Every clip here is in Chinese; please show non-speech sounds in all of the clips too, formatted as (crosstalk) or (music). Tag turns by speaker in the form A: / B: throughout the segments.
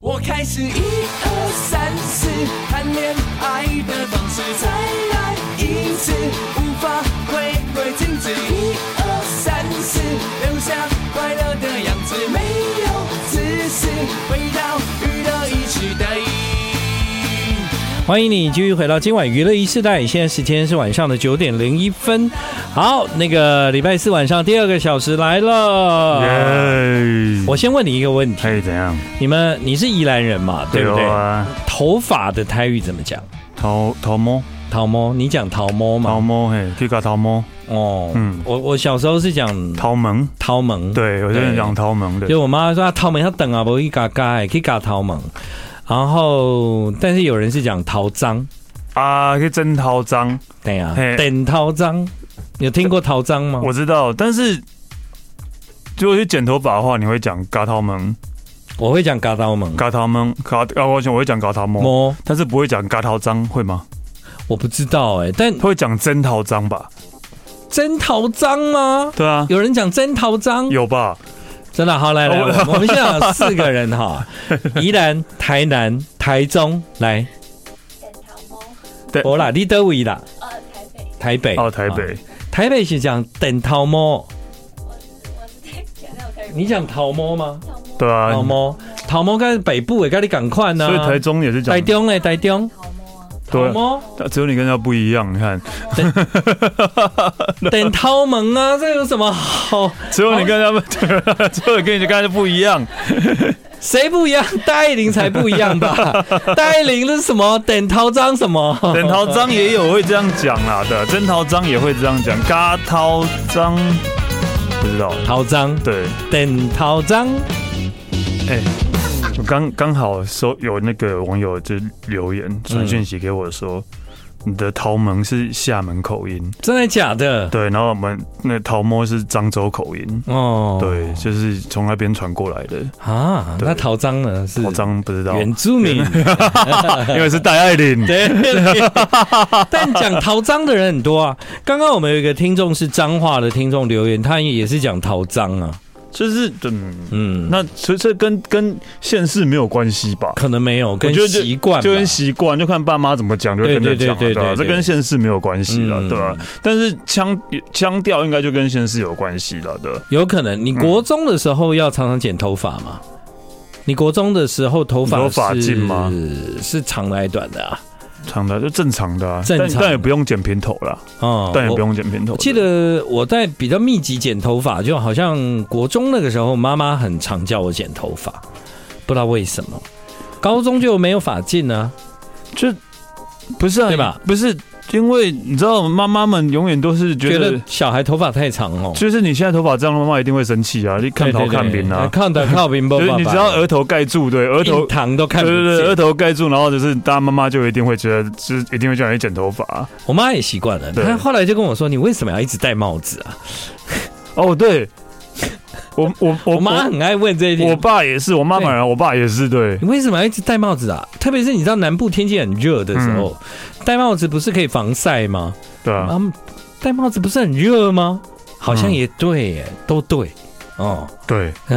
A: 我开始一二三四谈恋爱的方式，再来一次，无法回归静止。一二三四，留下快乐的样子，没有自私，回到娱乐一时代。
B: 欢迎你继续回到今晚娱乐一世代，现在时间是晚上的九点零一分。好，那个礼拜四晚上第二个小时来了。
C: 耶！
B: 啊我先问你一个问题，
C: 哎，怎样？
B: 你们你是宜兰人嘛？对不对？
C: 啊，
B: 头发的台语怎么讲？
C: 头头毛
B: 桃猫，你讲桃猫
C: 头
B: 嘛？
C: 毛嘿，去搞头毛
B: 哦，
C: 嗯
B: 我我小时候是讲
C: 头门，
B: 桃萌，，
C: 对，有些人讲头门的，
B: 就我妈说啊桃萌要等啊，不一嘎嘎，可以嘎桃萌。然后，但是有人是讲桃脏，
C: 啊，去真头章，
B: 对呀、
C: 嘿
B: 等桃脏，有听过桃脏吗？
C: 我知道，但是如果去剪头发的话，你会讲嘎头门，
B: 嗯我会讲嘎刀萌。
C: 嘎头门，嘎啊，我想我会讲嘎头毛，
B: 摸，
C: 但是不会讲嘎头章，会吗？
B: 我不知道哎、但
C: 会讲真头章吧？
B: 真桃脏吗？
C: 对啊，
B: 有人讲真桃脏，
C: 有吧？
B: 真的好来来，
C: 哦
B: 我们我们现在有四个人
C: (laughs)
B: 哈，宜兰、台南、台中来，
D: 剪头毛，
C: 对，
B: 我啦，你德位啦，
D: 呃，台北，
B: 台北
C: 哦，台
B: 啊
C: 北，
B: 台北是讲等桃摸，
D: 我是我是在讲到台北。
B: 你讲桃摸吗？
D: 头毛？
C: 对啊，
B: 桃摸，桃摸该北部诶，该你赶快呢
C: 所以。台中也是讲
B: 台，中嘞，台中
D: 头毛啊，
B: 哎桃
C: 对 (laughs)
B: 摸
C: 只有你跟人家不一样，你看，
B: 等桃萌啊，这有什么好？
C: 只有你跟他们， (laughs) 只有你跟人家不一样。
B: 谁不一样？戴爱玲才不一样吧？
C: (laughs)
B: 戴爱玲是什么？等桃张什么？ (laughs)
C: 枕头章也有会这样讲啦的，真桃章也会这样讲，嘎桃章不知道。
B: 桃张
C: 对，
B: 等桃张，
C: 哎、我刚刚好收有那个网友就留言传讯息给我说，你的桃门是厦门口音，
B: 真的假的？
C: 对，然后我们那桃摸是漳州口音，
B: 哦，
C: 对，就是从那边传过来的。
B: 啊，
C: 对
B: 那桃张呢？是
C: 桃章不知道，
B: 原住民。
C: 因为是戴爱
B: (laughs)
C: 玲，
B: 对，但讲陶张的人很多啊。刚刚我们有一个听众是彰化的听众留言，他也是讲陶张啊，
C: 就是嗯，
B: 嗯，
C: 那所以这跟跟县市没有关系吧？
B: 可能没有
C: 我
B: 跟
C: 觉得就
B: 习惯吧，
C: 就跟习惯，就看爸妈怎么讲，就跟着讲嘛，啊
B: 对对对对
C: 对吧？
B: 对
C: 这跟现世没有关系了，
B: 嗯
C: 对吧？但是腔腔调应该就跟现世有关系了，对吧。
B: 有可能。你国中的时候要常常剪头发嘛？你国中的时候头发
C: 你说发
B: 是
C: 髻吗
B: 是长的还是短的啊？
C: 长的就正常的啊，
B: 正常
C: 但但也不用剪平头啦，
B: 哦
C: 但也不
B: 我
C: 用剪平头
B: 我
C: 的。
B: 记得我在比较密集剪头发，就好像国中那个时候，妈妈很常叫我剪头发，不知道为什么。高中就没有发啊髻呢、
C: 就不是啊，
B: 对吧？
C: 不是，因为你知道妈妈们永远都是觉
B: 觉
C: 得
B: 得，小孩头发太长哦，
C: 就是你现在头发这样，妈妈一定会生气啊，你看头看扁啊，
B: 看头看饼，
C: 就
B: 就是
C: 你只要额头盖住，对，额头。
B: 糖都看
C: 对
B: 不
C: 对对，额
B: 见。
C: 头盖住，然后就是大家妈妈就一定会觉得，就是一定会叫你剪头发啊、
B: 我妈也习惯了，
C: 对
B: 她后来就跟我说：“你为什么要一直戴帽子啊
C: 哦，
B: (laughs)
C: 对，我我？”我
B: 我妈很爱问这一
C: 我
B: 点。
C: 爸也是，我妈
B: 对
C: 反而我爸也是，对
B: 你为什么要一直戴帽子啊？特别是你知道南部天气很热的时候，戴帽子不是可以防晒吗？
C: 对嗯啊，
B: 啊，戴帽子不是很热吗？好像
C: 嗯
B: 也对耶，都对哦。
C: 对
B: 那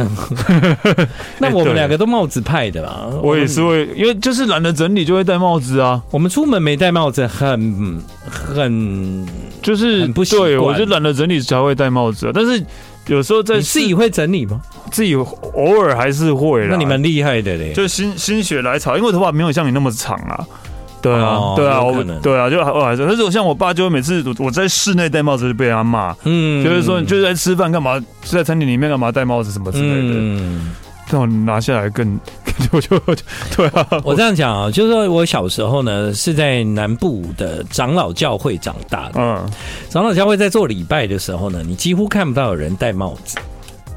C: 哎
B: 我们
C: 对
B: 两个都帽子派的啦。
C: 我也是
B: 们，
C: 会，因为就是懒得整理就会戴帽子啊，
B: 我们出门没戴帽子，很很，
C: 就是
B: 很不习惯
C: 对我就懒得整理才会戴帽子啊，但是有时候在
B: 你自己会整理吗？
C: 自己偶尔还是会啦，
B: 那你蛮厉害的嘞。
C: 就心心血来潮，因为我头发没有像你那么长啊。对啊，
B: 哦
C: 对啊，
B: 有可
C: 我
B: 能
C: 对啊，就偶尔还是，但是我像我爸就会每次我我在室内戴帽子就被他骂，
B: 嗯
C: 就是说你就是在吃饭干嘛，就在餐厅里面干嘛戴帽子什么之类的。
B: 嗯，
C: 让我拿下来更， (laughs) 我就我就对啊，
B: 我这样讲啊，就是说我小时候呢是在南部的长老教会长大的。
C: 嗯，
B: 长老教会在做礼拜的时候呢，你几乎看不到有人戴帽子，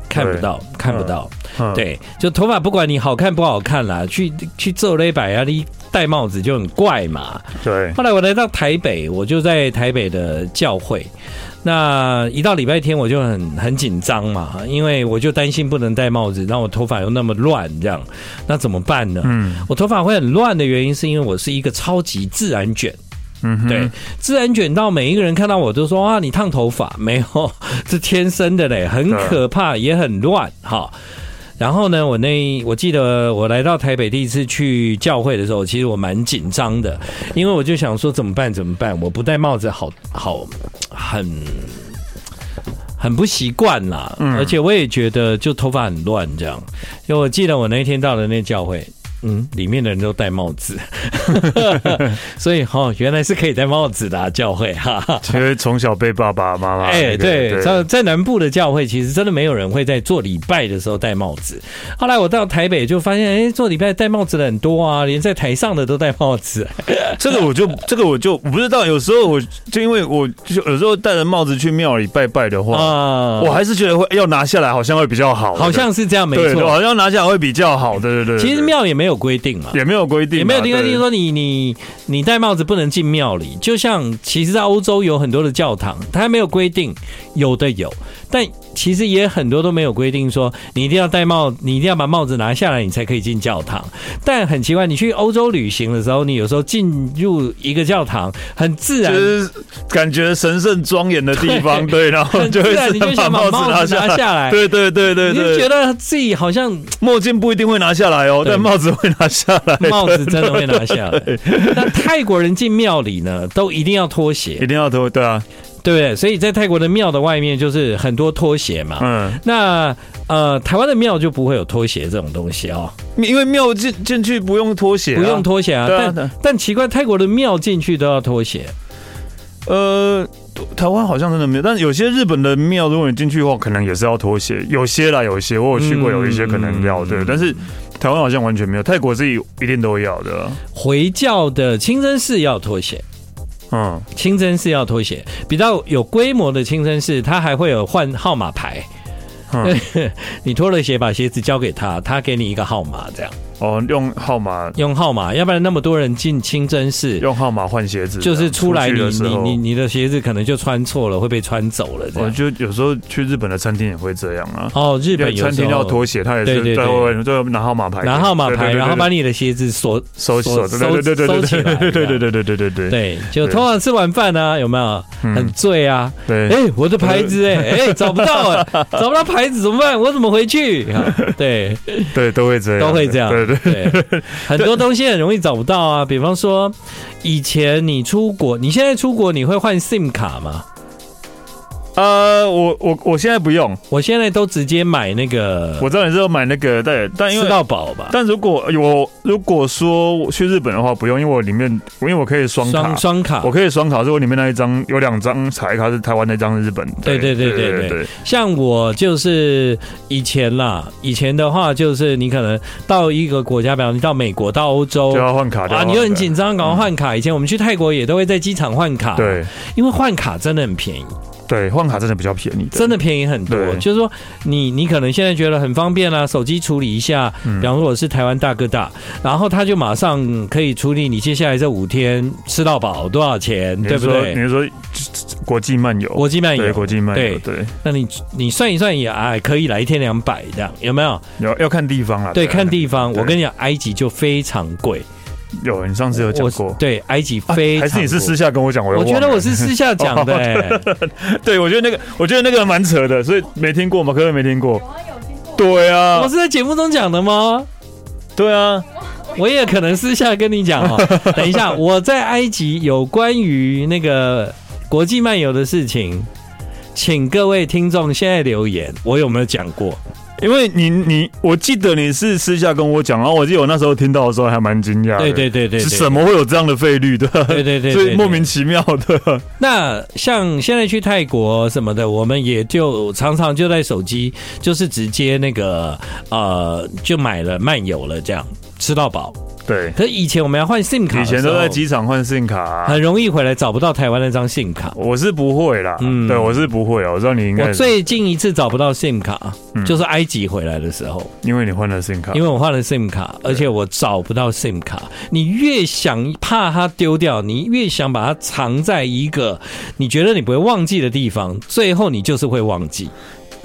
B: 看不到，看不到。
C: 嗯，
B: 对，就头发不管你好看不好看啦，去去做了一百啊，你戴帽子就很怪嘛。
C: 对，
B: 后来我来到台北，我就在台北的教会。那一到礼拜天我就很很紧张嘛，因为我就担心不能戴帽子，让我头发又那么乱，这样那怎么办呢？
C: 嗯
B: 我头发会很乱的原因是因为我是一个超级自然卷，
C: 嗯哼，
B: 对，自然卷到每一个人看到我都说啊，你 (laughs)
C: 嗯
B: 烫头发没有？是天生的嘞，很可怕，也很乱哈。然后呢，我那我记得我来到台北第一次去教会的时候，其实我蛮紧张的，因为我就想说怎么办怎么办，我不戴帽子好好很。很不习惯啦，
C: 嗯
B: 而且我也觉得就头发很乱这样。因为我记得我那一天到了那教会，嗯，里面的人都戴帽子， (laughs) 所以哈、哦，原来是可以戴帽子的、啊、教会哈哈。
C: 因为从小被爸爸妈妈
B: 哎、
C: 啊那个
B: 对，在在南部的教会，其实真的没有人会在做礼拜的时候戴帽子。后来我到台北就发现，哎、做礼拜戴帽子的很多啊，连在台上的都戴帽子。
C: 这个我就这个我就我不知道，有时候我就因为我就有时候戴着帽子去庙里拜拜的话，
B: 啊，
C: 我还是觉得会要拿下来，好像会比较好，
B: 好像是这样，没
C: 对，对
B: 错。
C: 好像拿下来会比较好，对对对。对
B: 其实庙也没有规定嘛，
C: 也没有规定嘛，
B: 也没有定规定
C: 对
B: 说你你你戴帽子不能进庙里，就像其实，在欧洲有很多的教堂，它没有规定，有的有，但其实也很多都没有规定说你一定要戴帽，你一定要把帽子拿下来，你才可以进教堂。但很奇怪，你去欧洲旅行的时候，你有时候进入一个教堂，很自然
C: 就。是感觉神圣庄严的地方， (laughs) 对，然后
B: 很
C: 就
B: 自
C: 会
B: 然
C: 是
B: 你就
C: 把
B: 想把
C: 帽子
B: 帽
C: 拿
B: 子
C: 下
B: 拿下来
C: 对对对对
B: 你就觉
C: 对，
B: 得自己好像
C: 墨镜不一定会拿下来哦，
B: 对
C: 但帽子会拿下来，
B: 帽子真的会拿下来。那泰国人进庙里呢，都一定要脱鞋
C: (laughs) 一，定要脱，对啊，
B: 对不对？所以在泰国的庙的外面就是很多拖鞋嘛。
C: 嗯，
B: 那呃，台湾的庙就不会有拖鞋这种东西哦，
C: 因为庙进进去不用脱鞋，
B: 不用，拖鞋啊。
C: 对啊对
B: 但
C: 啊
B: 但奇怪，泰国的庙进去都要拖鞋，
C: 呃。台湾好像真的没有，但有些日本的庙，如果你进去的话，可能也是要脱鞋。有些啦，有些我有去
B: 嗯
C: 过，有一些可能要对，但是台湾好像完全没有。泰国自己一定都要的啊，
B: 回教的清真寺要拖鞋。
C: 嗯，
B: 清真寺要拖鞋，比较有规模的清真寺，它还会有换号码牌。 (laughs)
C: 嗯
B: 你脱了鞋，把鞋子交给他，他给你一个号码，这样
C: 哦，用号码
B: 用号码，要不然那么多人进清真寺，
C: 用号码换鞋子，
B: 就是出来
C: 去
B: 你
C: 的时
B: 你
C: 候
B: 你你的鞋子可能就穿错了，会被穿走了这
C: 我
B: 样。
C: 就有时候去日本的餐厅也会这样啊，
B: 哦，日本有时候
C: 餐厅要脱鞋，他也
B: 对对对
C: 是在外面就拿号码牌，
B: 拿号码
C: 对对
B: 牌，
C: 对对
B: 然后把
C: 对
B: 你的鞋子锁
C: 收起
B: 收
C: 收，对对对对
B: 收
C: 对
B: 起来
C: 对对对对对对对对
B: 对，就
C: 对
B: 通常吃晚饭呢、有没有
C: 嗯
B: 很醉啊？
C: 对
B: 哎、我的牌子哎、哎、找不到
C: (laughs)
B: 哎、找不到牌子怎么办？我怎么回去？啊对
C: 对都会这样，
B: 都会这样
C: 对对
B: 对，很多东西很容易找不到啊。比方说，以前你出国，你现在出国你会换 SIM 卡吗？
C: 呃，我我我现在不用，
B: 我现在都直接买那个
C: 我知道你是要买那个，但但因
B: 吃
C: 为。
B: 到饱吧，
C: 但如果我如果说我去日本的话，不用，因为我里面因为我可以双卡
B: 双，双卡
C: 我。可以双卡，所以我里面那一张有两张彩卡是台湾那张是日本的，
B: 对对对对对像我就是以前啦，以前的话就是你可能到一个国家，比方你到美国、到欧洲
C: 就，要换卡，就要
B: 啊，
C: 换
B: 你又很
C: 卡
B: 紧张，赶快换卡。以前我们去泰国也都会在机场换卡，，
C: 嗯对
B: 因为换卡真的很便宜，
C: 对，换卡真的比较便宜，
B: 真的便宜很多。
C: 对
B: 就是说你，你可能现在觉得很方便啦、手机处理一下，
C: 嗯
B: 比方说我是台湾大哥大，然后他就马上可以处理你接下来这五天吃到饱多少钱，
C: 你
B: 对
C: 是
B: 不
C: 说你
B: 对？
C: 是说国际漫游？
B: 国际漫
C: 对
B: 游，
C: 国际漫游，
B: 对
C: 对，
B: 那你你算一算也哎，可以来一天两百这样，有没有？
C: 要要看地方啦。
B: 对，看地方。
C: 啊对
B: 我跟你讲，埃及就非常贵，
C: 有你上次有讲过，
B: 对，埃及
C: 啊
B: 非常贵。
C: 还是你是私下跟我讲，我又
B: 我觉得
C: 忘了
B: 我是私下讲的、欸，
C: (laughs) 对，我觉得那个我觉得那个蛮扯的，所以没听过吗？可能没听过。
D: 有啊，有听过。
C: 对
B: 我
C: 啊，
B: 是在节目中讲的吗？
C: 对啊，
B: 我也可能私下跟你讲
C: (laughs)
B: 哦。等一下，我在埃及有关于那个国际漫游的事情，请各位听众现在留言，
C: 啊
B: 我有没有讲过？
C: 因为你你我记得你是私下跟我讲，然后我记得我那时候听到的时候还蛮惊讶的，
B: 对对对对
C: 是
B: 对。
C: 什么会有这样的费率的？
B: 对
C: (laughs)
B: 对对对
C: 所以莫名其妙的，
B: 那像现在去泰国什么的，我们也就常常就在手机，就是直接那个呃，就买了漫游了，这样吃到饱。
C: 对，
B: 可是以前我们要换 SIM 卡，
C: 以前都在，机场换信卡啊、
B: 很容易回来找不到台湾那张 SIM 卡。
C: 我是不会啦，
B: 嗯
C: 对，我是不会啊，我知道你应该
B: 我
C: 是，
B: 最近一次找不到 SIM 卡，啊
C: 嗯啊
B: 就是埃及回来的时候，
C: 因为你换了信卡，
B: 因为我换了 SIM 卡，而且我找不到 SIM 卡。你越想怕它丢掉，你越想把它藏在一个你觉得你不会忘记的地方，最后你就是会忘记，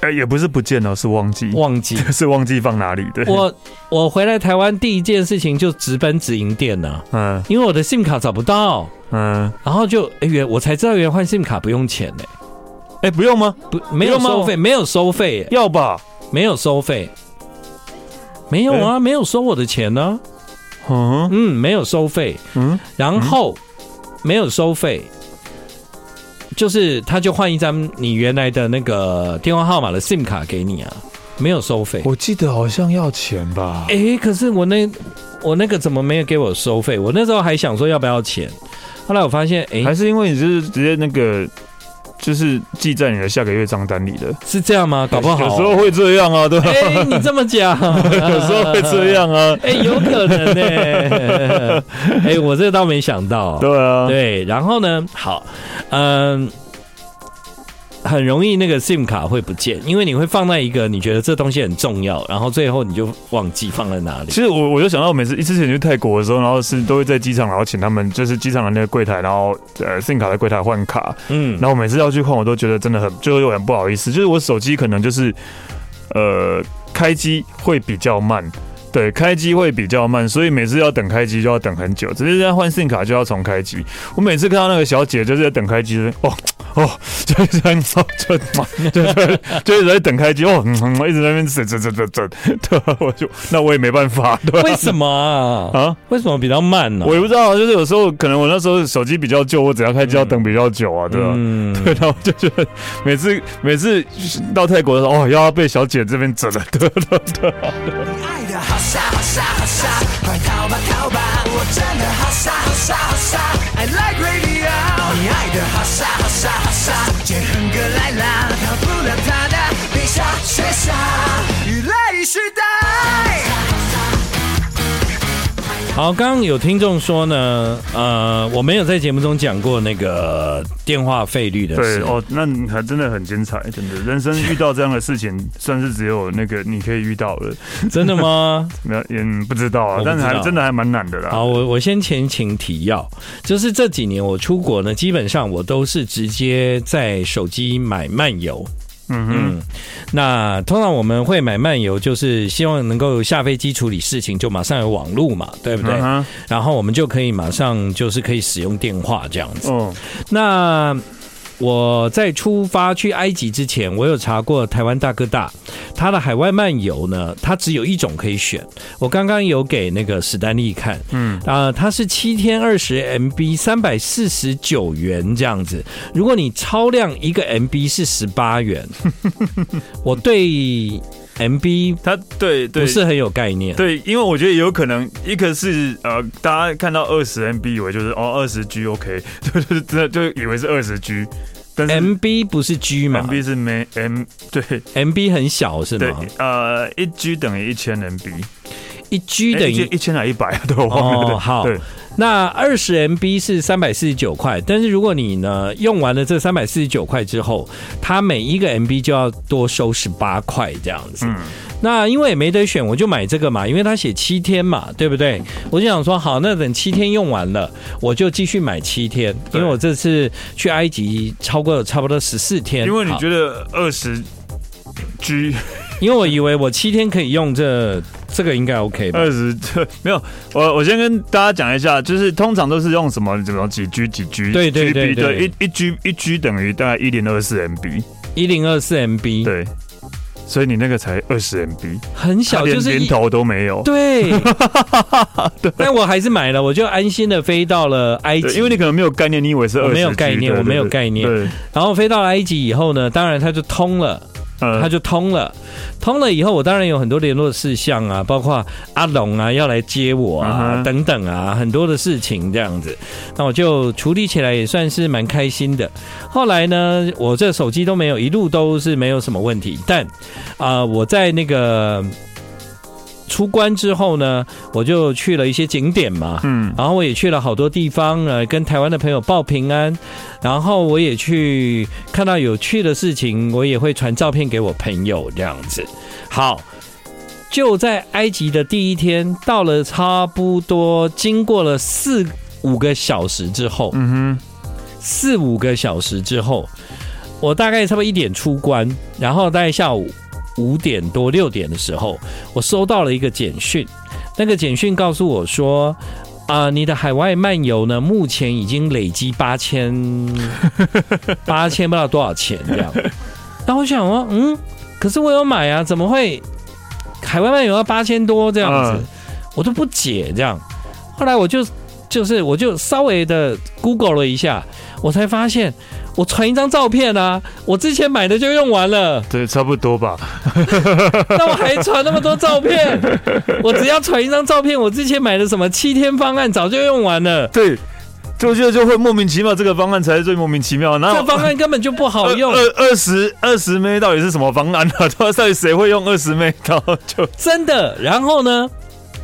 C: 哎、也不是不见了，是忘记，
B: 忘记。
C: (laughs) 是忘记放哪里对，
B: (laughs) 我我回来台湾第一件事情就直奔直营店呐、
C: (laughs) 嗯
B: 因为我的 SIM 卡找不到，
C: 嗯，
B: 然后就哎原我才知道原来换 SIM 卡不用钱呢、
C: 哎、不用吗？
B: 不没有
C: 不用吗
B: 收费，没有收费、
C: 要吧？
B: 没有收费，没有啊，没有收我的钱呢、
C: 嗯
B: 嗯，没有收费，
C: 嗯，
B: 然后、没有收费，就是他就换一张你原来的那个电话号码的 SIM 卡给你啊，没有收费。
C: 我记得好像要钱吧？
B: 哎、可是我那我那个怎么没有给我收费？我那时候还想说要不要钱，后来我发现，哎、
C: 还是因为你就是直接那个，就是记在你的下个月账单里的。
B: 是这样吗？搞不好
C: 有时候会这样啊，对吧？
B: 哎、你这么讲，
C: (laughs) 有时候会这。
B: (laughs)
C: 样啊，
B: 哎、有可能呢、 (laughs) 哎、我这倒没想到。
C: 对啊，
B: 对，然后呢，好，嗯，很容易那个 SIM 卡会不见，因为你会放在一个你觉得这东西很重要，然后最后你就忘记放在哪里
C: 其。实我我就想到，每次一之前去泰国的时候，然后是都会在机场，然后请他们就是机场的那个柜台，然后呃信卡的柜台换卡，
B: 嗯
C: 然，后我每次要去换，我都觉得真的很就是有点不好意思，就是我手机可能就是呃开机会比较慢。对，开机会比较慢，所以每次要等开机就要等很久，只是要换 SIM 卡就要重开机。我每次看到那个小姐就是在等开机，就是哦哦，就是很吵，就就就就是在等开机，哦，嗯嗯一直在那边整整整整整，对啊，我就那我也没办法，对吧
B: 为什么啊？
C: 啊，
B: 为什么比较慢呢、
C: 我也不知道，就是有时候可能我那时候手机比较旧，我只要开机要等比较久啊，对吧、
B: 嗯，
C: (laughs) 对，然后就觉得每次每次到泰国的时候，哦，又要被小姐这边整了，
B: (laughs)
C: 对对对，
A: 爱的好傻好傻好傻，快逃吧逃吧，我真的好傻好傻好傻，I like radio。你爱的好傻好傻好傻，杰亨哥来啦，逃不了他的笔下雪下，娱乐一时代。
B: 好，刚刚有听众说呢，呃，我没有在节目中讲过那个电话费率的
C: 对
B: 事。
C: 哦，那你还真的很精彩，真的，人生遇到这样的事情，算是只有那个你可以遇到了，
B: 真的吗？
C: 没有也不知道啊
B: 我，不知道
C: 但是还真的还蛮难的啦。
B: 好，我我先前情提要，就是这几年我出国呢，基本上我都是直接在手机买漫游。
C: 嗯哼，
B: 嗯，那通常我们会买漫游，就是希望能够下飞机处理事情，就马上有网路嘛，对不对？
C: 嗯
B: 然后我们就可以马上就是可以使用电话这样子。
C: 哼，哦，
B: 那我在出发去埃及之前，我有查过台湾大哥大，它的海外漫游呢，它只有一种可以选。我刚刚有给那个史丹利看，
C: 嗯，
B: 啊，它是七天二十 MB，三百四十九元这样子。如果你超量一个 MB 是十八元，
C: (laughs)
B: 我对 MB
C: 他对对
B: 不是很有概念。
C: 对，因为我觉得有可能，一个是呃，大家看到二十 MB 以为就是哦二十 G OK，对对对， (laughs) 就以为是二十 G，但是
B: MB 不是 G 嘛
C: MB 是没 M 对
B: ？MB 很小是
C: 对
B: 吗？
C: 呃一 G 等于一千 MB，
B: 一 G
C: 哎
B: 等
C: 一
B: 于
C: 千一千还一百啊，对 (laughs) 我忘了。
B: 哦
C: 对
B: 好
C: 对，
B: 那二十 MB 是三百四十九块，但是如果你呢用完了这三百四十九块之后，它每一个 MB 就要多收十八块这样子。
C: 嗯
B: 那因为也没得选，我就买这个嘛，因为它写七天嘛，对不对？我就想说，好，那等七天用完了，我就继续买七天，因
C: 对
B: 为我这次去埃及超过了差不多十四天。
C: 因为你
B: 好
C: 觉得二十 G (laughs)
B: 因为我以为我七天可以用这这个应该 OK 吧？
C: 二十 (laughs) 没有，我我先跟大家讲一下，就是通常都是用什么怎么几 G 几 G，
B: 对对对
C: GB
B: 对
C: 一一 G 一 G 等于大概一零二四 MB，
B: 一零二四 MB，
C: 对，所以你那个才二十 MB，
B: 很
C: 它
B: 小，
C: 连
B: 就是一
C: 零头都没
B: (laughs)
C: 有。
B: 对，但我还是买了，我就安心的飞到了埃
C: 对，
B: 及，
C: 因为你可能没有概念，你以为是
B: 我
C: 二十，
B: 没有概念
C: 对
B: 我没有
C: 对对
B: 概念
C: 对，
B: 然后飞到了埃及以后呢，当然它就通了，
C: 呃
B: 它就通了，通了以后，我当然有很多联络事项啊，包括阿龙啊要来接我啊、
C: 嗯哼
B: 等等啊，很多的事情这样子，那我就处理起来也算是蛮开心的。后来呢，我这手机都没有，一路都是没有什么问题，但啊、我在那个。出关之后呢，我就去了一些景点嘛，
C: 嗯，
B: 然后我也去了好多地方，呃，跟台湾的朋友报平安，然后我也去看到有趣的事情，我也会传照片给我朋友这样子。好，就在埃及的第一天，到了差不多经过了四五个小时之后，
C: 嗯
B: 四五个小时之后，我大概差不多一点出关，然后大概下午五点多六点的时候，我收到了一个简讯，那个简讯告诉我说。啊、你的海外漫游呢？目前已经累积八千，八千不知道多少钱这样。那我想说，嗯，可是我有买啊，怎么会？海外漫游要八千多这样子，
C: 嗯
B: 我都不解这样。后来我就就是我就稍微的 Google 了一下，我才发现我传一张照片啊，我之前买的就用完了，
C: 对，差不多吧。
B: 那我还传那么多照
C: (laughs)
B: 片？我只要传一张照片，我之前买的什么七天方案早就用完了，
C: 对，就就就会莫名其妙，这个方案才是最莫名其妙。那
B: 这方案根本就不好
C: (laughs)
B: 用
C: 二，二二十二十妹到底是什么方案啊？ (laughs) 到底谁会用二十妹刀？就
B: 真的。然后呢，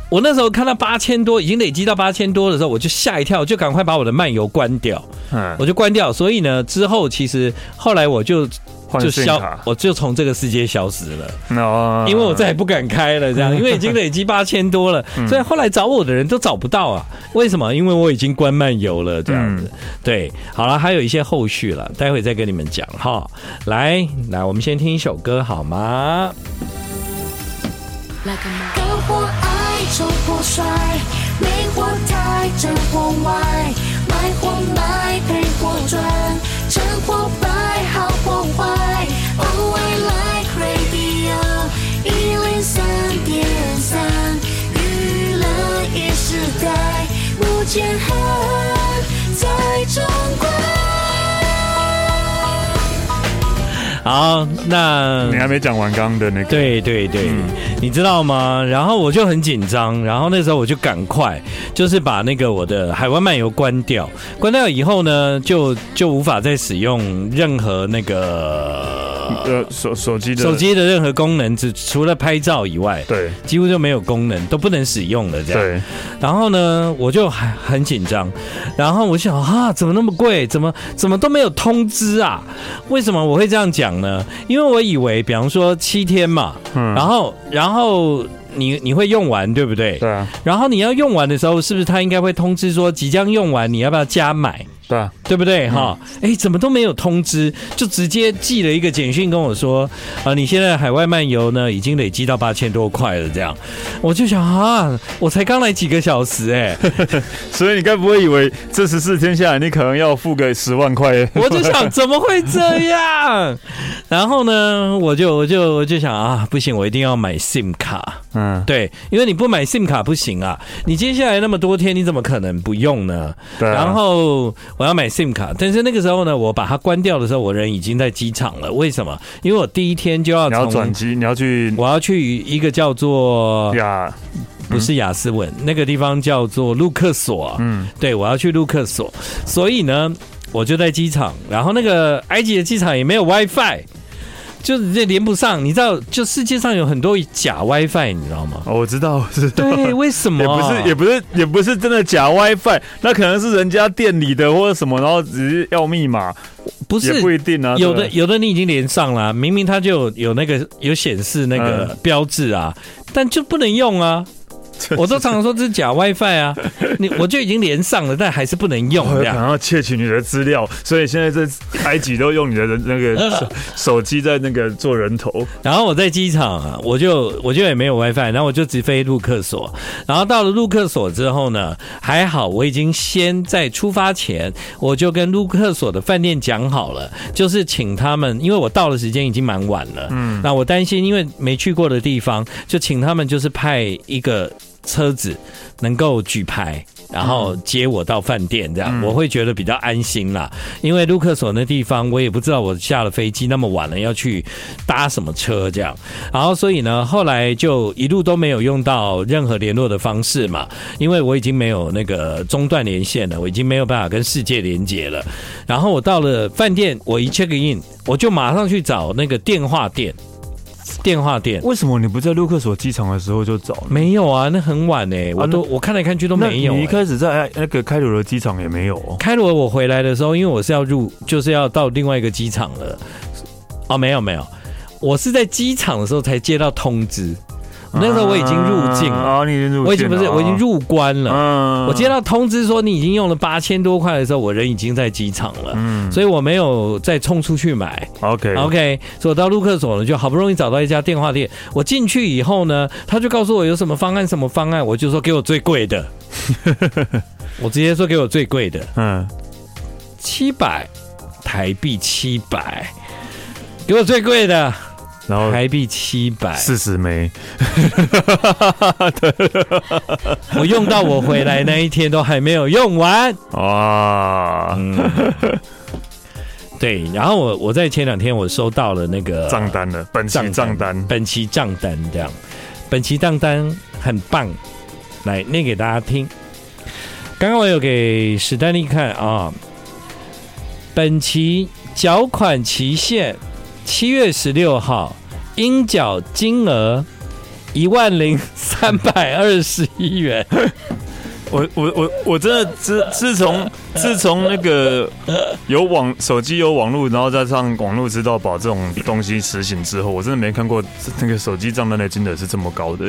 B: 我那时候看到八千多，已经累积到八千多的时候，我就吓一跳，就赶快把我的漫游关掉，
C: 嗯，
B: 我就关掉。所以呢，之后其实后来我就就
C: 换信
B: 消
C: 卡，。哦
B: 我就从这个世界消失了，
C: 那
B: 因为我再也不敢开了，这样，因为已经累积八千多了，所以后来找我的人都找不到啊。为什么？因为我已经关漫游了，这样子。对，好了，还有一些后续了，待会再跟你们讲哈。来，来，我们先听一首歌好吗？
E: like a mom.
F: 救過矮，做過帥，美過泰，像過壞，買過買，賠過賺，唱過擺，好過壞，偶爾 like radio 一零三点三，娱乐一时代，不见恨在中国。
B: 好，那
C: 你还没讲完刚刚的那个，
B: 对对对，你知道吗？然后我就很紧张，然后那时候我就赶快就是把那个我的海湾漫游关掉，关掉以后呢，就就无法再使用任何那个
C: 呃，手手机的
B: 手机的任何功能，只除了拍照以外，
C: 对
B: 几乎就没有功能，都不能使用了这样。
C: 对，
B: 然后呢，我就很很紧张，然后我想啊，怎么那么贵？怎么怎么都没有通知啊？为什么我会这样讲呢？因为我以为，比方说七天嘛，
C: 嗯
B: 然后然后你你会用完，对不对？
C: 对啊
B: 然后你要用完的时候，是不是他应该会通知说即将用完，你要不要加买？
C: 对啊，
B: 对不对哈？哎、怎么都没有通知，就直接寄了一个简讯跟我说，啊、你现在海外漫游呢已经累积到八千多块了，这样，我就想啊，我才刚来几个小时哎、
C: 所以你该不会以为这十四天下来，你可能要付个十万块？
B: 我就想怎么会这样？然后呢，我就我就我就想啊，不行，我一定要买 SIM 卡，
C: (laughs) 嗯，
B: (laughs) 对，因为你不买 SIM 卡不行啊，你接下来那么多天，你怎么可能不用呢？
C: 对啊
B: 然后我要买 SIM 卡，但是那个时候呢，我把它关掉的时候，我人已经在机场了。为什么？因为我第一天就要
C: 你要
B: 从
C: 转机，你要去
B: 我要去一个叫做
C: 呀，
B: 不是雅斯文、那个地方叫做陆克索，
C: 嗯，
B: 对我要去陆克索，所以呢，我就在机场，然后那个埃及的机场也没有 WiFi。就是这连不上，你知道，就世界上有很多假 WiFi，你知道吗？
C: 哦我知道，我知道。 (laughs)
B: 对，为什么
C: 也
B: 啊？
C: 不是，也不是，也不是真的假 WiFi，那可能是人家店里的或者什么，然后只是要密码，
B: 不
C: 也
B: 是
C: 不一定啊。
B: 有的
C: 对
B: 有的你已经连上了啊、明明它就有有那个有显示那个
C: 嗯
B: 标志啊，但就不能用
C: (laughs)
B: 啊。我都常常说这是假 WiFi 啊，你我就已经连上了，但还是不能
C: (laughs)
B: 用
C: 我
B: 这
C: 可
B: 样。
C: 能要窃取你的资料，所以现
B: (laughs)
C: 在这埃及都用你的人那
B: 呃
C: 个手手机在那个做人头，
B: 然后我在机场啊，我就我就也没有 WiFi，然后我就直飞陆克索。然后到了陆克索之后呢，还好我已经先在出发前，我就跟陆克索的饭店讲好了，就是请他们，因为我到的时间已经蛮晚了，嗯，那我担心因为没去过的地方，就请他们就是派一个车子能够举牌。然后接我到饭店，这
C: 嗯
B: 样、我会觉得比较安心啦。因为卢克索那地方，我也不知道我下了飞机那么晚了要去搭什么车这样。然后所以呢，后来就一路都没有用到任何联络的方式嘛，因为我已经没有那个中断连线了，我已经没有办法跟世界连接了。然后我到了饭店，我一 check in，我就马上去找那个电话店，电话店。
C: 为什么你不在卢克索机场的时候就找呢？
B: 没有啊，那很晚哎、我都、我看来看去都
C: 啊那
B: 没有、
C: 你一
B: 欸。
C: 开始在那个开罗的机场也没有哦。
B: 开罗我回来的时候，因为我是要入，就是要到另外一个机场了。哦，没有没有，我是在机场的时候才接到通知，那时候我已经入境了，
C: 啊，你已经入境了，
B: 我已经不是，我已经入关了。
C: 嗯
B: 我接到通知说你已经用了八千多块的时候，我人已经在机场了，
C: 嗯
B: 所以我没有再冲出去买。
C: ，OK
B: OK，所以我到陆克所呢，就好不容易找到一家电话店。我进去以后呢，他就告诉我有什么方案，什么方案，我就说给我最贵
C: (laughs)
B: 的，我直接说给我最贵的。
C: 嗯，
B: 七百台币七百，给我最贵的。
C: 然后
B: 台币七百，
C: 四十枚，
B: 我用到我回来那一天都还没有用完。
C: 哇，
B: 嗯 (laughs) 对，然后我我在前两天我收到了那个
C: 账单了，本期账单，
B: 本期账单这样，本期账单很棒，来念给大家听。刚刚我有给史丹利看啊，本期缴款期限七月十六号，应缴金额一万零三百二十一元。
C: 我我我我真的自自从自从
B: (laughs)
C: 那个有网手机有网络，然后加上网络知道宝这种东西实行之后，我真的没看过那个手机账单的金额是这么高的，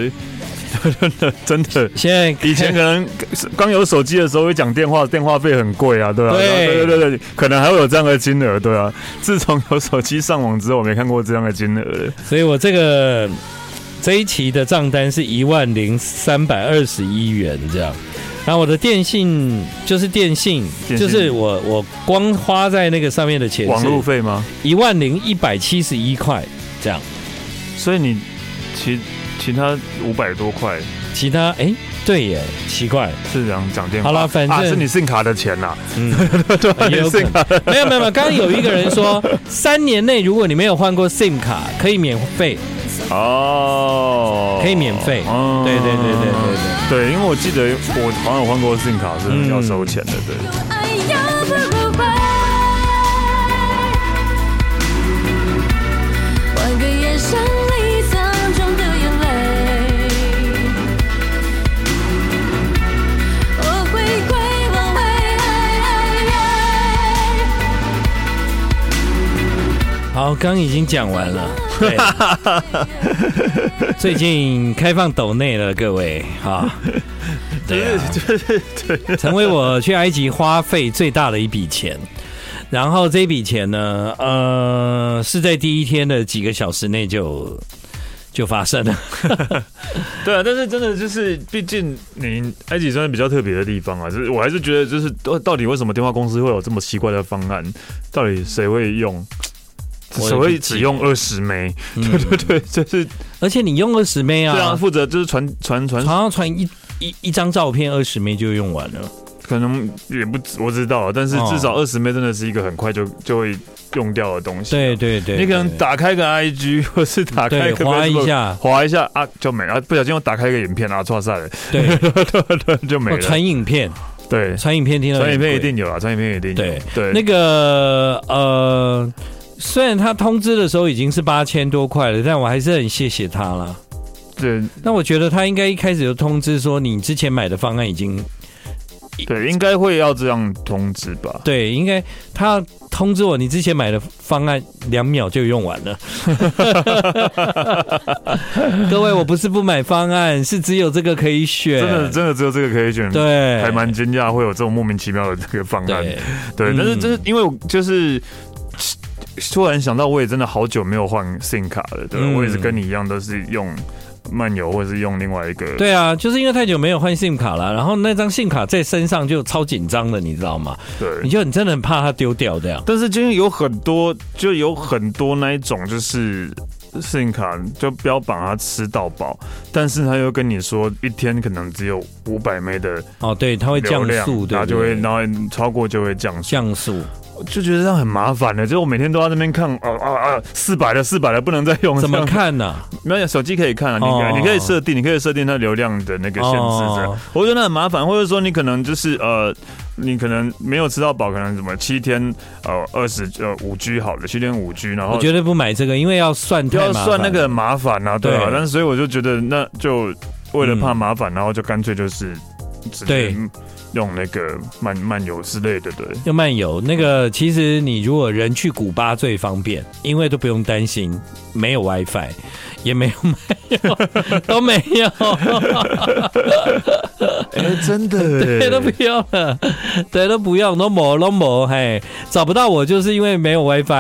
C: 真的。
B: 现在
C: 以前可能刚有手机的时候会讲电话， (laughs) 电话费很贵啊，对啊，
B: 对
C: 对对对对，可能还会有这样的金额，对啊。 (laughs) 自从有手机上网之后，我没看过这样的金额了。
B: 所以我这个这一期的账单是一万零三百二十一元这样。然后我的电信就是电信，
C: 电信
B: 就是我我光花在那个上面的钱
C: 网
B: 是
C: 路费吗？
B: 一万零一百七十一块这样，
C: 所以你其其他五百多块
B: 其他哎对耶，奇
C: (laughs)
B: 怪，
C: 是讲讲电话，
B: 好啦反正
C: 啊、是你信卡的钱呐、
B: 嗯，
C: 对啊，
B: 也
C: 你
B: 有可
C: 信
B: 能
C: 卡的
B: 没有没有没有，刚刚有一个人说三年内如果你没有换过 SIM 卡，可以免费，
C: 哦，
B: 可以免费
C: 哦
B: 对对对对对
C: 对，因为我记得我好像有换过信卡，是要收钱的，对。
F: 爱要不不换，换个眼神里藏中的眼泪，我会归往回来。
B: 好，刚刚已经讲完了。对， (laughs) 最近开放抖内了，各位
C: (laughs)
B: 啊，对啊，成为我去埃及花费最大的一笔钱。然后这笔钱呢，呃，是在第一天的几个小时内就就发生了。 (laughs)
C: 对啊，但是真的就是，毕竟你埃及算是比较特别的地方啊，就是我还是觉得就是到到底为什么电话公司会有这么奇怪的方案？到底谁会用？
B: 我也
C: 谁
B: 不
C: 会
B: 记
C: 只用二十枚？ (laughs) 对对对，就是
B: 而且你用二十枚
C: 对啊，
B: 啊，
C: 负责就是啊传传传，
B: 好像传一一一张照片，二十枚就用完
C: 啊
B: 了。
C: 可能也不止我知道，啊但是
B: 哦
C: 至少二十枚真的是一个很快就就会用掉的东西啊、
B: 对对对，
C: 你可能
B: 对
C: 打开个 IG 或是打开
B: 对
C: 个
B: 划
C: Facebook，
B: 一下
C: 划一下啊就没了，啊不小心又打开一个影片啊，错赛了， (laughs)
B: 对，
C: 就没
B: 我哦
C: 了。
B: 传影片，
C: 对，
B: 传影片听到
C: 传影
B: 很
C: 片
B: 贵
C: 一定有啊，传影片一定有。
B: 对
C: 对，
B: 那个呃，虽然他通知的时候已经是八千多块了，但我还是很谢谢他啦。
C: 对
B: 那我觉得他应该一开始就通知说你之前买的方案已经
C: 对，应该会要这样通知吧？
B: 对，应该他通知我你之前买的方案两秒就用完
C: (laughs)
B: 了。各位，我不是不买方案，是只有这个可以选。
C: 真的真的只有这个可以选，，
B: 对，
C: 还蛮惊讶会有这种莫名其妙的这个方案。
B: 对
C: 对，但是
B: 嗯
C: 就是因为我就是。突然想到，我也真的好久没有换 SIM 卡了，对吧、
B: 嗯
C: 我也是跟你一样，都是用漫游或者是用另外一个。
B: 对啊，就是因为太久没有换 SIM 卡了，然后那张 SIM 卡在身上就超紧张的，你知道吗？
C: 对
B: 你就很真的很怕它丢掉这样。
C: 但是今天有很多，就有很多那一种就是。信卡就标榜它吃到饱，但是他又跟你说一天可能只有五百枚的
B: 哦，对，它会
C: 流
B: 降
C: 量，
B: 速，对
C: 然
B: 不
C: 后就会
B: 对？
C: 然后超过就会降速，
B: 降速，
C: 就觉得这样很麻烦的。就我每天都在那边看，啊啊啊，四百的四百的不能再用，
B: 怎么
C: 这样？
B: 看呢、
C: 没有手机可以看啊，你可以、
B: 哦
C: 你可以设定，你可以设定它流量的那个限制这样
B: 哦
C: 我觉得很麻烦，或者说你可能就是呃，你可能没有吃到饱，可能什么七天呃二十呃五 G 好了，七天五 G，然后
B: 我绝对不买这个，因为要算太
C: 哦要
B: 麻烦
C: 算那个很麻烦啊，对啊
B: 对。
C: 但是所以我就觉得那就为了
B: 嗯
C: 怕麻烦，然后就干脆就是直接
B: 对
C: 用那个漫漫游之类的，对。
B: 要漫游。那个其实你如果人去古巴最方便，因为都不用担心没有 WiFi，也没有有， (laughs) 都没有，
C: 哎，真的耶，
B: (laughs) 对，都不用了，对，都不用，都没，都没，嘿，找不到我就是因为没有 WiFi，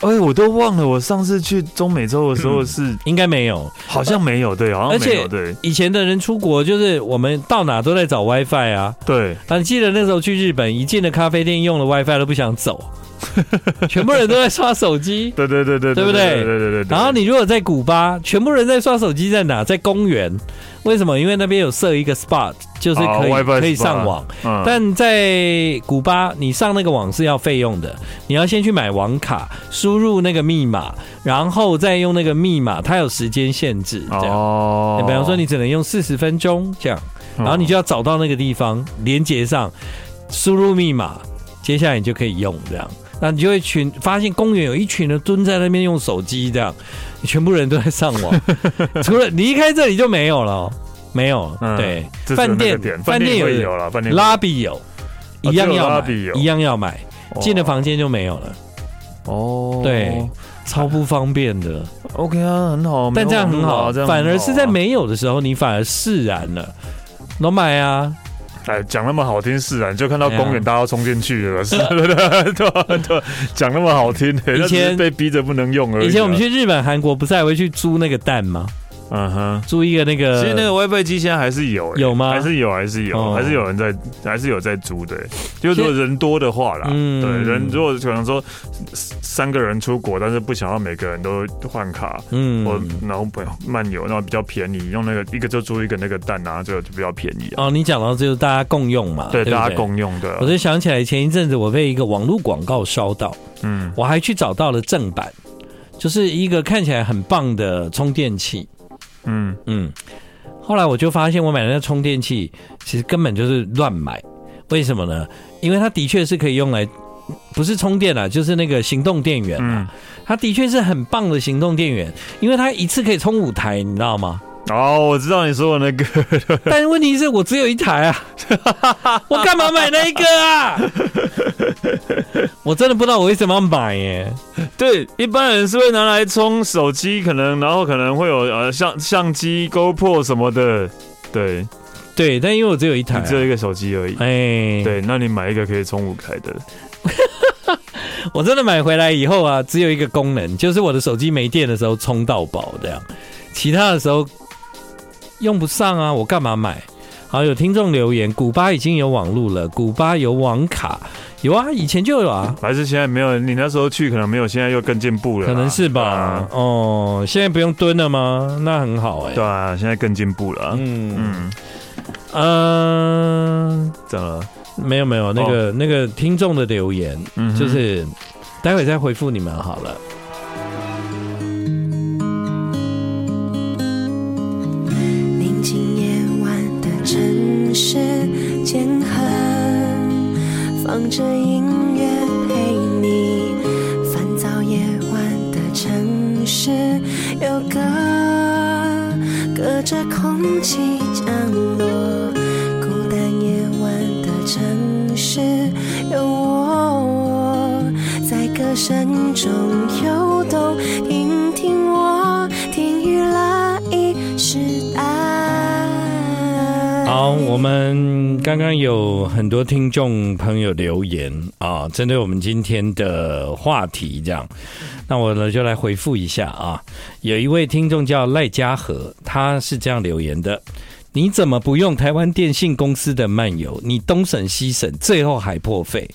C: 哎，我都忘了，我上次去中美洲的时候是
B: 应该没有。
C: 好像没有，对，好
B: 嗯而
C: 像哦没
B: 且
C: 有，对，
B: 以前的人出国就是我们到哪都在找 WiFi 啊，
C: 对，
B: 啊，你记得那时候去日本，一进了咖啡店用了 WiFi 都不想走， (laughs) 全部人都在刷手机。
C: 对对对对
B: 对不对
C: 对对对对对。
B: 然后你如果在古巴，全部人在刷手机，在哪？在公园。为什么？因为那边有设一个 spot，就是可以、
C: 哦，WiFi
B: 可以
C: spot
B: 上网。
C: 嗯，
B: 但在古巴，你上那个网是要费用的，你要先去买网卡，输入那个密码，然后再用那个密码，它有时间限制，这样。哎
C: 哦，
B: 比方说，你只能用四十分钟这样，
C: 嗯，
B: 然后你就要找到那个地方，连接上，输入密码，接下来你就可以用这样。那你就会群发现公园有一群人蹲在那边用手机这样，全部人都在上网， (laughs) 除了离开这里就没有了哦，没有。
C: 嗯
B: 对，
C: 这只有
B: 饭
C: 那个
B: 店
C: 点
B: 饭
C: 饭
B: 店
C: 店
B: 有
C: 会有了，饭店
B: 拉比有，一样
C: 哦只有
B: 要
C: 拉
B: 买
C: 比有，
B: 一样要买，进了房间就没有了，
C: 哦，
B: 对超不方便的。
C: ，OK 啊，很好，
B: 但
C: 没有
B: 这样很
C: 网络啊
B: 好，
C: 这样
B: 反
C: 很
B: 而
C: 好
B: 是
C: 啊
B: 在没有的时候，你反而释然了。能买啊，
C: 哎，讲那么好听是啊，你就看到
B: 对啊
C: 公园大家都冲进去了， (laughs) 是对对对对，讲那么好听，那只是
B: 前
C: 被逼着不能用而已啊。
B: 以前我们去日本、韩国，不是还会去租那个蛋吗？
C: 嗯哼。
B: 租一个那个，
C: 其实那个 WiFi 机现在还是有、欸，
B: 呃有吗
C: 还是有，还是有，
B: 哦
C: 还是有人在，还是有在租的、欸就如果人多的话啦，
B: 嗯
C: 对，人如果可能说三三个人出国，但是不想要每个人都换卡，
B: 嗯
C: 或然后不漫游，然后比较便宜，用那个一个就租一个那个蛋啊，这个就比较便宜啊。
B: 哦，你讲到就是大家共嗯用嘛，
C: 对，
B: 不
C: 大家。共用的
B: 我，就想起来前一阵子我被一个网络广告烧到，
C: 嗯，
B: 我还去找到了正版，就是一个看起来很棒的充电器。
C: 嗯，
B: 嗯，后来我就发现我买的那充电器其实根本就是乱买，为什么呢？因为它的确是可以用来，不是充电啦，啊就是那个行动电源
C: 嗯
B: 啊，它的确是很棒的行动电源，因为它一次可以充五台，你知道吗？
C: 哦，我知道你说的那个， (laughs)
B: 但问题是我只有一台啊，我干嘛买那一个啊？
C: (laughs)
B: 我真的不知道我为什么要买耶、
C: 对，一般人是会拿来充手机，可能然后可能会有呃相相机、GoPro 什么的，对，
B: 对，但因为我只有一台、
C: 你
B: 啊
C: 只，有一个手机而已。
B: 哎，
C: 对，那你买一个可以充五台的，
B: 我真的买回来以后啊，只有一个功能，就是我的手机没电的时候充到饱这样，其他的时候用不上啊，我干嘛买？好，有听众留言，古巴已经有网路了，古巴有网卡，有啊，以前就有啊，
C: 还是现在没有？你那时候去可能没有，现在又更进步了啦，
B: 可能是吧。
C: 啊
B: 哦，现在不用蹲了吗？那很好哎、
C: 对啊，现在更进步了啊。
B: 嗯
C: 嗯，
B: 嗯、
C: 怎么
B: (laughs)
C: 了？
B: 没有没有，那个、那个听众的留言，
C: 哦嗯哼，
B: 就是待会再回复你们好了。
E: 宁静夜晚的城市间痕，放着音乐陪你。烦躁夜晚的城市有歌，隔着空气降落。孤单夜晚的城市有我，在歌声中游动，听听我，听雨了一时爱。
B: 好，我们刚刚有很多听众朋友留言啊，针对我们今天的话题，这样，那我呢就来回复一下啊。有一位听众叫赖家和，他是这样留言的：你怎么不用台湾电信公司的漫游？你东省西省，最后还破费。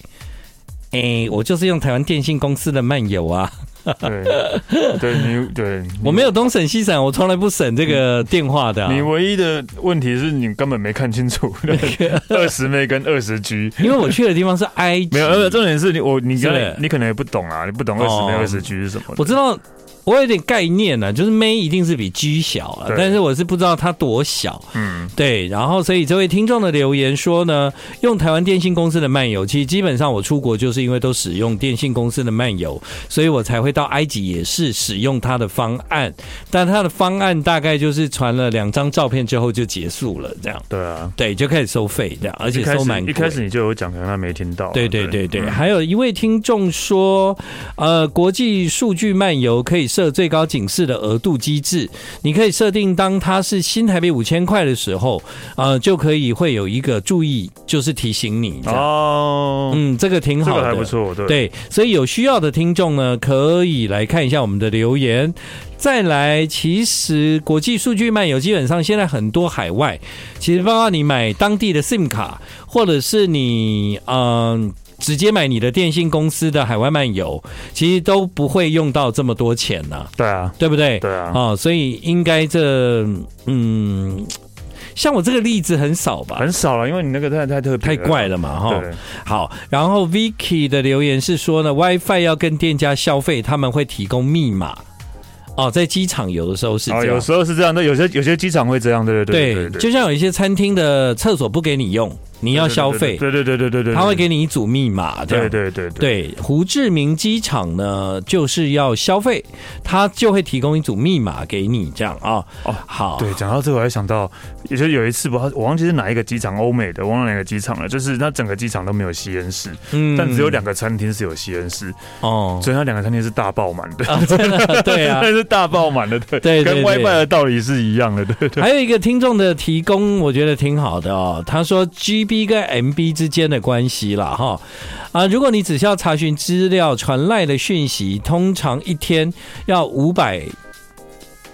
B: 哎，我就是用台湾电信公司的漫游啊，
C: 对，对你对，你
B: 我没有东省西省，我从来不省这个电话的啊、
C: 你唯一的问题是你根本没看清楚
B: (laughs)
C: 二十妹跟二十 G。
B: 因为我去的地方是埃及，
C: 没有，而呃且重点是你我你
B: 是
C: 可
B: 不是
C: 能你可能也不懂啊，你不懂二十
B: 哦
C: 倍二十 G 是什么的。
B: 我知道，我有点概念呢、就是 m 一定是比 G 小啊
C: 对，
B: 但是我是不知道它多小。
C: 嗯，
B: 对，然后所以这位听众的留言说呢，用台湾电信公司的漫游，其实基本上我出国就是因为都使用电信公司的漫游，所以我才会到埃及也是使用它的方案，但它的方案大概就是传了两张照片之后就结束了，这样
C: 对啊，
B: 对，就开始收费这样，而
C: 一
B: 且
C: 开
B: 收蛮
C: 始
B: 贵
C: 一开始你就有讲，可能他没听到啊。
B: 对对对对，
C: 嗯
B: 还有一位听众说，呃，国际数据漫游可以设最高警示的额度机制，你可以设定当它是新台币五千块的时候，呃，就可以会有一个注意，就是提醒你这样。
C: 哦，
B: 嗯，这个挺
C: 这
B: 好的，
C: 个还不错，对，
B: 对，所以有需要的听众呢，可以来看一下我们的留言。再来，其实国际数据漫游基本上现在很多海外，其实包括你买当地的 SIM 卡，或者是你嗯、直接买你的电信公司的海外漫游，其实都不会用到这么多钱呐、
C: 对啊，
B: 对不对？
C: 对啊
B: 哦，所以应该这嗯，像我这个例子很少吧，
C: 很少了，因为你那个太太特别
B: 太
C: 了
B: 怪哦了嘛，哈
C: 对。哦
B: 好，然后 Vicky 的留言是说呢，WiFi 要跟店家消费，他们会提供密码。哦，在机场有的时候是
C: 哦，
B: 这样，
C: 有时候是这样，但有些有些机场会这样，对对对
B: 就像有一些餐厅的厕所不给你用，你要消费，
C: 对对对对对对，
B: 他会给你一组密码，这
C: 对
B: 样。
C: 对对对
B: 对，胡志明机场呢，就是要消费，他就会提供一组密码给你，这样啊。
C: 哦
B: 好，
C: 对，讲到这个我还想到，也就有一次吧，我忘记是哪一个机场，欧美的，忘了哪个机场了，就是它整个机场都没有吸烟室，
B: 嗯
C: 但只有两个餐厅是有吸烟室，
B: 哦，(laughs)
C: (laughs) 所以它两个餐厅是大爆满的，
B: 对
C: (laughs)
B: 啊
C: 那。是大爆满的，对，
B: 对对
C: 跟
B: 对
C: WiFi 的道理是一样的，对对。
B: 还有一个听众的提供，我觉得挺好的哦。他说 GB 跟 MB 之间的关系啦，哈啊，如果你只需要查询资料、传来的讯息，通常一天要五百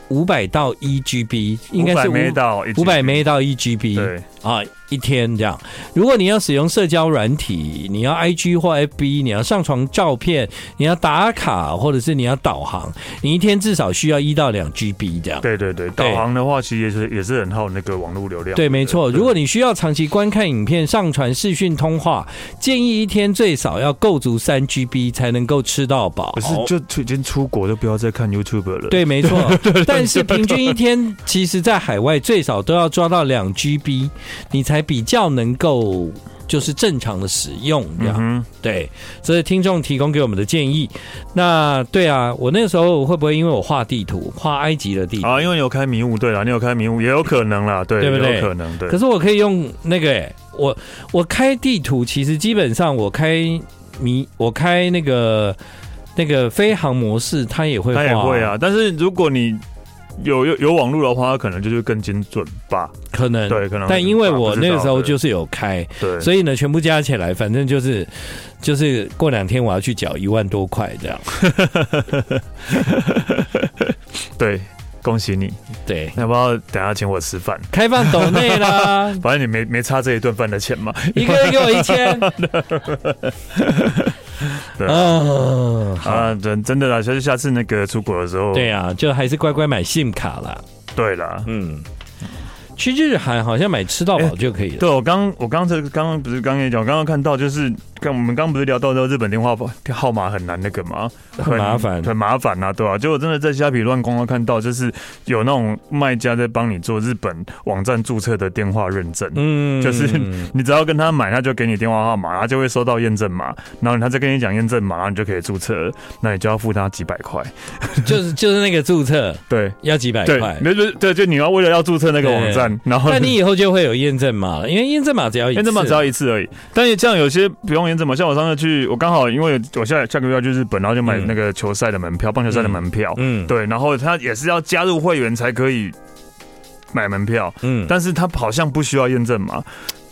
B: 五百到一 GB，应该是
C: 五百没到
B: 五百 M 到一 GB，
C: 对，
B: 啊，一天这样。如果你要使用社交软体，你要 IG 或 FB，你要上传照片，你要打卡，或者是你要导航，你一天至少需要一到两 GB 这样。
C: 对对对，导航的话其实也是也是很耗那个网络流量。
B: 对，没错。如果你需要长期观看影片、上传视讯通话，建议一天最少要够足三 GB 才能够吃到饱。
C: 可是就就已经出国，就不要再看 YouTube 了。
B: (laughs) 对，没错。但是平均一天，其实在海外最少都要抓到两 GB，你才比较能够就是正常的使用这样。
C: 嗯
B: 对，这是听众提供给我们的建议。那对啊，我那时候会不会因为我画地图，画埃及的地
C: 哼，
B: 图？
C: 啊，因为有开迷雾，对啦，你有开迷雾也有可能啦，对，
B: 嗯对不对
C: 有可能，对
B: 可。是我可以用那个、欸，我我开地图，其实基本上我开迷，我开那个那个飞行模式，它也会画，
C: 他也会，啊，但是如果你有有有网络的话，它可能就是更精准吧。
B: 可能
C: 对可能
B: 嗯但因为我那个时候
C: 啊不知道对
B: 就是有开，
C: 对，
B: 所
C: 以
B: 以呢，全部加起来，反正就是就是过两天我要去缴一万多块这样。
C: 对，恭喜你。
B: 对，
C: 要不要等下请我吃饭？
B: 开放抖内
C: (laughs)，
B: 啦
C: 反正你没没差这一顿饭的钱嘛。
B: 一个人给我一千。
C: 对
B: 嗯，好，
C: 啊，真真的啦，就是下次那个出国的时候，
B: 对啊，就还是乖乖买 SIM 卡啦。
C: 对啦，
B: 嗯，去日韩好像买吃到饱就可以了。
C: 对，啊我刚我刚才刚刚不是刚跟你讲，我刚刚看到就是刚我们刚不是聊到说日本电话号码很难那个嘛，很
B: 麻烦
C: 很麻烦啊，对啊，结果真的在虾皮乱逛，看到就是有那种卖家在帮你做日本网站注册的电话认证，
B: 嗯 (laughs)
C: 就是 (laughs) 你只要跟他买，他就给你电话号码，他就会收到验证码，然后他再跟你讲验证码，然后你就可以注册了，那你就要付他几百块，
B: 就是就是那个注册
C: 对。
B: 要几百
C: 对，
B: 块，
C: 那就对，就你要为了要注册那个网站，然后
B: 那你以后就会有验证码了，因为验证码只要一次
C: 验证哎码只要一次而已。但也这样有些不用验证码，像我上次去，我刚好因为我下下个月要去日本，然后就买
B: 嗯
C: 那个球赛的门票，棒球赛的门票。
B: 嗯
C: 对，然后他也是要加入会员才可以买门票，
B: 嗯，哦
C: 但是他好像不需要验证码。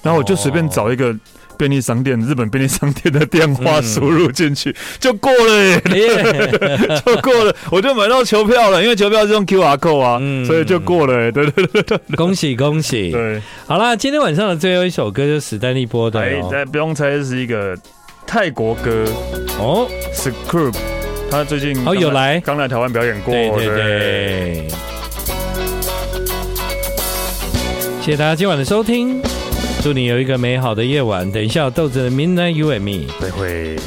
C: 然后我就随便找一个便利商店，日本便利商店的电话
B: 嗯
C: 输入进去，就过了
B: (laughs)
C: 耶，
B: 耶
C: 就过了，我就买到球票了，因为球票是用 QR code 啊，
B: 嗯
C: 所以就过了耶，对对对
B: 恭喜恭喜！
C: 对。
B: 好啦，今天晚上的最后一首歌就是史丹利播的
C: 哎，
B: 哦
C: 但不用猜是一个泰国歌。
B: 哦，
C: s c r o o p 他最近
B: 哦有
C: 刚
B: 来
C: 刚来台湾表演过，
B: 对对对。谢谢大家今晚的收听，祝你有一个美好的夜晚。等一下，豆子的 Midnight You and Me。
C: 对，会。